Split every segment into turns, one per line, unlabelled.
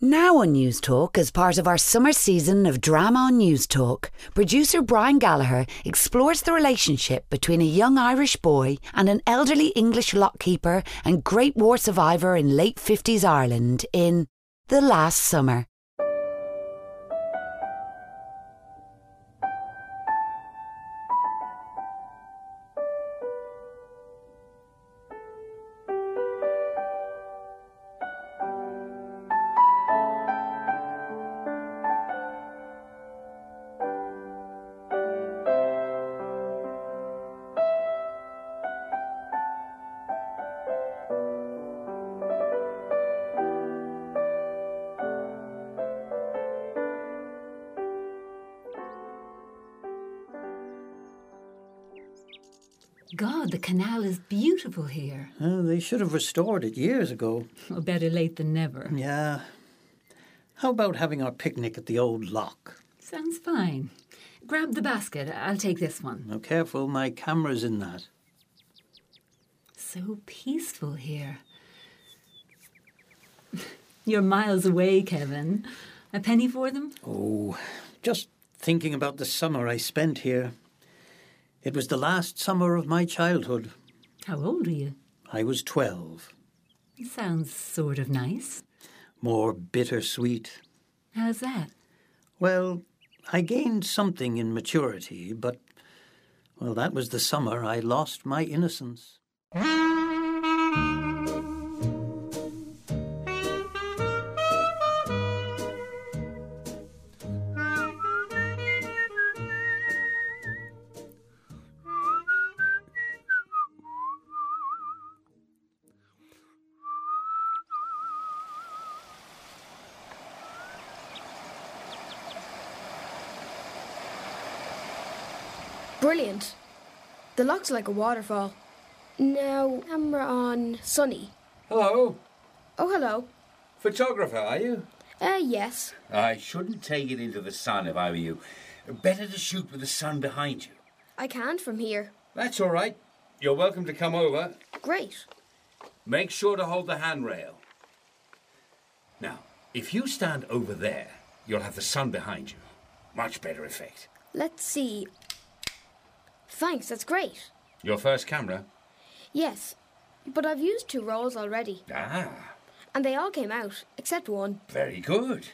Now on News Talk, as part of our summer season of drama on News Talk, producer Brian Gallagher explores the relationship between a young Irish boy and an elderly English lockkeeper and Great War survivor in late 50s Ireland in The Last Summer.
God, the canal is beautiful here.
Oh, they should have restored it years ago.
Oh, better late than never.
Yeah. How about having our picnic at the old lock?
Sounds fine. Grab the basket. I'll take this one.
Now, careful, my camera's in that.
So peaceful here. You're miles away, Kevin. A penny for them?
Oh, just thinking about the summer I spent here. It was the last summer of my childhood.
How old are you?
I was 12.
Sounds sort of nice.
More bittersweet.
How's that?
Well, I gained something in maturity, but, well, that was the summer I lost my innocence.
Brilliant. The lock's like a waterfall. Now, camera on Sunny.
Hello,
Oh, hello.
photographer, are you?
Uh, yes.
I shouldn't take it into the sun if I were you. Better to shoot with the sun behind you.
I can't from here.
That's all right. You're welcome to come over.
Great.
Make sure to hold the handrail. Now, if you stand over there, you'll have the sun behind you. Much better effect.
Let's see. Thanks, that's great.
Your first camera?
Yes. But I've used two rolls already,
Ah,
and they all came out, except one.
very good.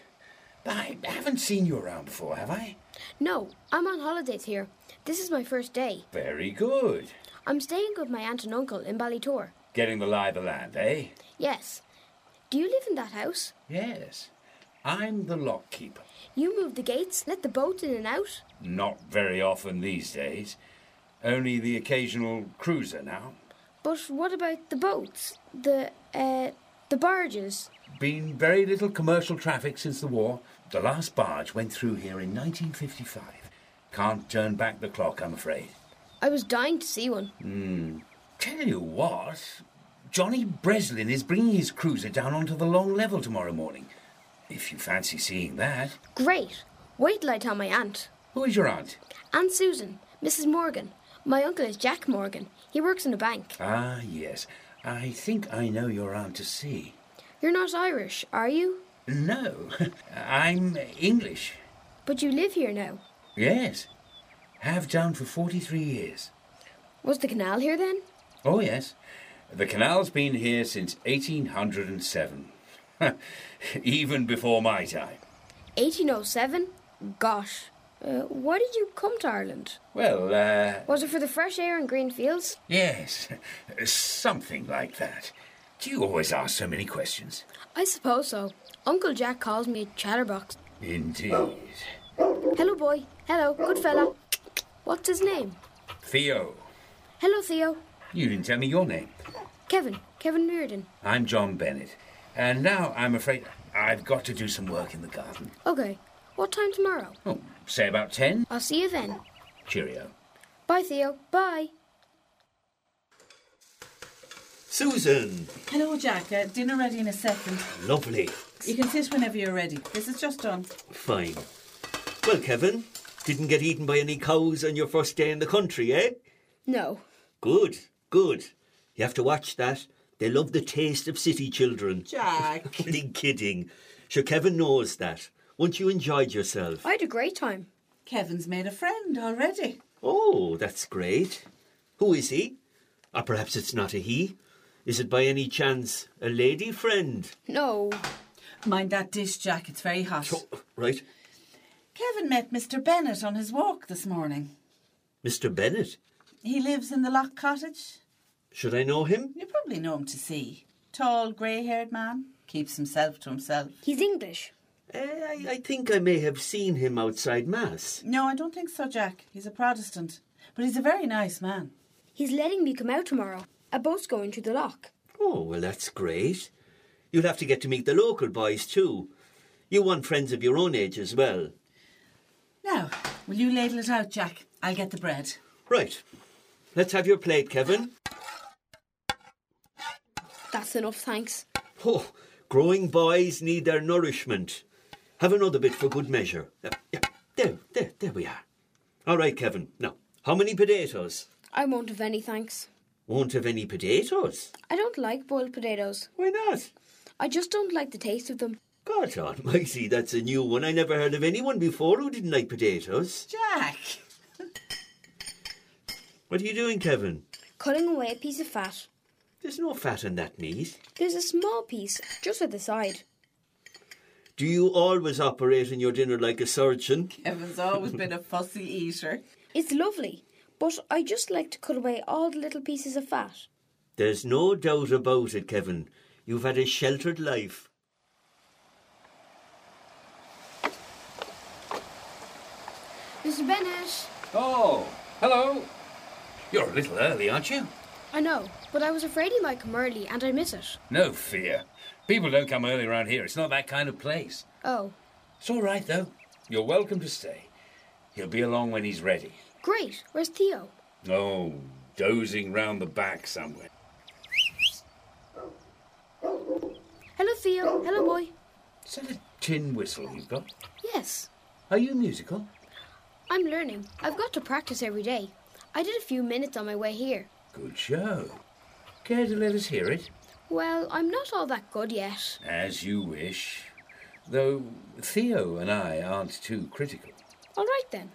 I haven't seen you around before, have I?
No, I'm on holidays here. This is my first day.
Very good.
I'm staying with my aunt and uncle in Ballytor.
Getting the lie of the land, eh?
Yes. Do you live in that house?
Yes. I'm the lock keeper.
You moved the gates, let the boat in and out?
Not very often these days. Only the occasional cruiser now.
But what about the boats? The, uh, the barges?
Been very little commercial traffic since the war. The last barge went through here in 1955. Can't turn back the clock, I'm afraid.
I was dying to see one.
Tell you what, Johnny Breslin is bringing his cruiser down onto the long level tomorrow morning. If you fancy seeing that.
Great. Wait till I tell my aunt.
Who is your aunt?
Aunt Susan, Mrs. Morgan. My uncle is Jack Morgan. He works in a bank.
Ah, yes. I think I know your aunt to see.
You're not Irish, are you?
No, I'm English.
But you live here now.
Yes. Have done for 43 years.
Was the canal here then?
Oh, yes. The canal's been here since 1807. Even before my time.
1807? Gosh. Uh, why did you come to Ireland?
Well, uh,
Was it for the fresh air and green fields?
yes. Something like that. Do you always ask so many questions?
I suppose so. Uncle Jack calls me a chatterbox.
Indeed.
Hello, boy. Hello, good fella. What's his name?
Theo,
Hello, Theo.
you didn't tell me your name.
Kevin. Kevin Reardon.
I'm John Bennett. And now I'm afraid I've got to do some work in the garden.
Okay. What time tomorrow?
Oh, say about 10.
I'll see you then.
Cheerio.
Bye, Theo. Bye.
Susan,
Hello, Jack. Uh, dinner ready in a second.
lovely,
You can sit whenever you're ready. This is just done.
fine. Well, Kevin, didn't get eaten by any cows on your first day in the country, eh?
No.
Good, good. You have to watch that. They love the taste of city children.
Jack.
kidding, kidding. Sure, Kevin knows that. Once you enjoyed yourself.
I had a great time.
Kevin's made a friend already.
Oh, that's great. Who is he? Or perhaps it's not a he. Is it by any chance a lady friend?
No.
Mind that dish, Jack, it's very hot.
So, Oh, right,
Kevin met Mr. Bennett on his walk this morning.
Mr. Bennett.
He lives in the Lock Cottage.
Should I know him?
You probably know him to see. Tall, grey haired man. Keeps himself to himself.
He's English.
Eh, I, I think I may have seen him outside Mass.
No, I don't think so, Jack. He's a Protestant. But he's a very nice man.
He's letting me come out tomorrow. A boat's going through the lock.
Oh, well, that's great. You'll have to get to meet the local boys, too. You want friends of your own age as well.
Now, will you ladle it out, Jack? I'll get the bread.
Right, let's have your plate, Kevin.
That's enough, thanks.
Oh, growing boys need their nourishment. Have another bit for good measure. Uh, yeah, there, there, there we are. All right, Kevin. Now, how many potatoes?
I won't have any thanks.
Won't have any potatoes.
I don't like boiled potatoes.
Why not?
I just don't like the taste of them.
God almighty, that's a new one. I never heard of anyone before who didn't like potatoes.
Jack!
What are you doing, Kevin?
Cutting away a piece of fat.
There's no fat in that meat.
There's a small piece just at the side.
Do you always operate on your dinner like a surgeon?
Kevin's always been a fussy eater.
It's lovely, but I just like to cut away all the little pieces of fat.
There's no doubt about it, Kevin. You've had a sheltered life.
Mr. Bennett!
Oh, hello. You're a little early, aren't you?
I know, but I was afraid he might come early and I miss it.
No fear. People don't come early around here. It's not that kind of place.
Oh,
It's all right, though. You're welcome to stay. He'll be along when he's ready.
great. Where's Theo?
Oh, dozing round the back somewhere.
Hello, Theo. Hello, boy.
Is that a tin whistle you've got?
Yes,
Are you musical?
I'm learning. I've got to practice every day. I did a few minutes on my way here.
Good show. Care to let us hear it?
Well, I'm not all that good yet.
As you wish. Though Theo and I aren't too critical.
All right then.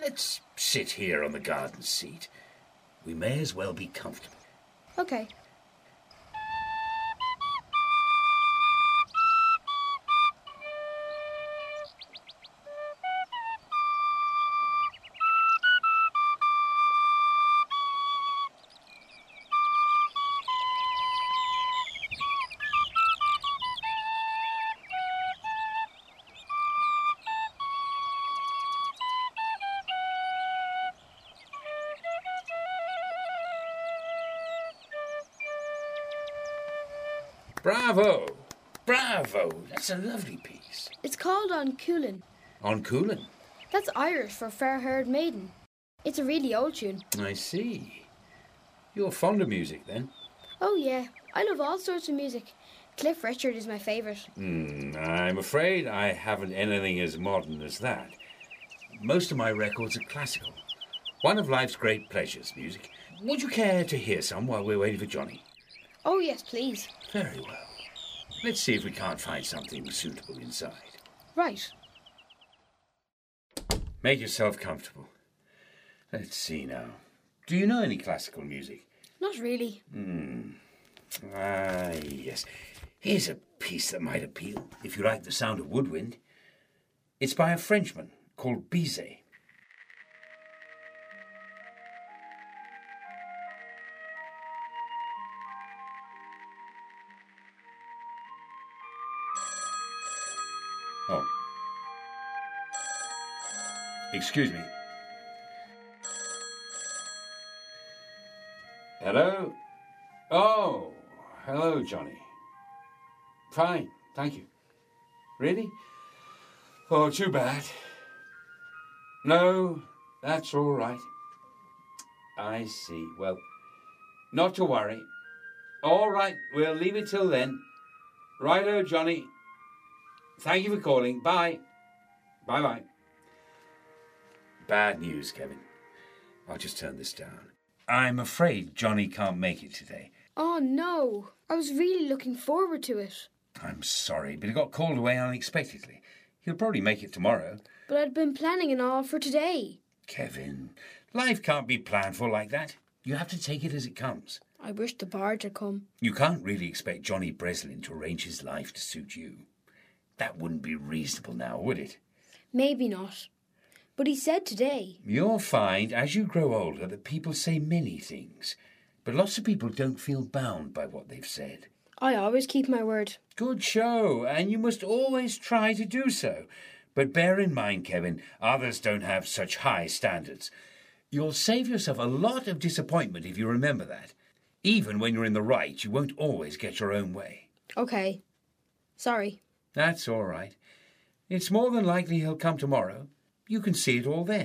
Let's sit here on the garden seat. We may as well be comfortable.
Okay.
Bravo! Bravo! That's a lovely piece.
It's called On Coolin.
On Coolin.
That's Irish for fair haired maiden. It's a really old tune.
I see. You're fond of music then?
Oh, yeah. I love all sorts of music. Cliff Richard is my favourite.
Hmm, I'm afraid I haven't anything as modern as that. Most of my records are classical. One of life's great pleasures, music. Would you care to hear some while we're waiting for Johnny?
Oh, yes, please.
Very well. Let's see if we can't find something suitable inside.
Right.
Make yourself comfortable. Let's see now. Do you know any classical music?
Not really.
Hmm. Ah, yes. Here's a piece that might appeal, if you like the sound of woodwind. It's by a Frenchman called Bizet. Oh. Excuse me. Hello? Oh, hello, Johnny. Fine, thank you. Really? Oh, too bad. No, that's all right. I see. Well, not to worry. All right, we'll leave it till then. Righto, Johnny. Thank you for calling. Bye. Bye bye. Bad news, Kevin. I'll just turn this down. I'm afraid Johnny can't make it today.
Oh, no. I was really looking forward to it.
I'm sorry, but he got called away unexpectedly. He'll probably make it tomorrow.
But I'd been planning it all for today.
Kevin, life can't be planned for like that. You have to take it as it comes.
I wish the barge had come.
You can't really expect Johnny Breslin to arrange his life to suit you. That wouldn't be reasonable now, would it?
Maybe not. But he said today.
You'll find as you grow older that people say many things, but lots of people don't feel bound by what they've said.
I always keep my word.
Good show, and you must always try to do so. But bear in mind, Kevin, others don't have such high standards. You'll save yourself a lot of disappointment if you remember that. Even when you're in the right, you won't always get your own way.
Okay. Sorry.
That's all right. It's more than likely he'll come tomorrow. You can see it all then.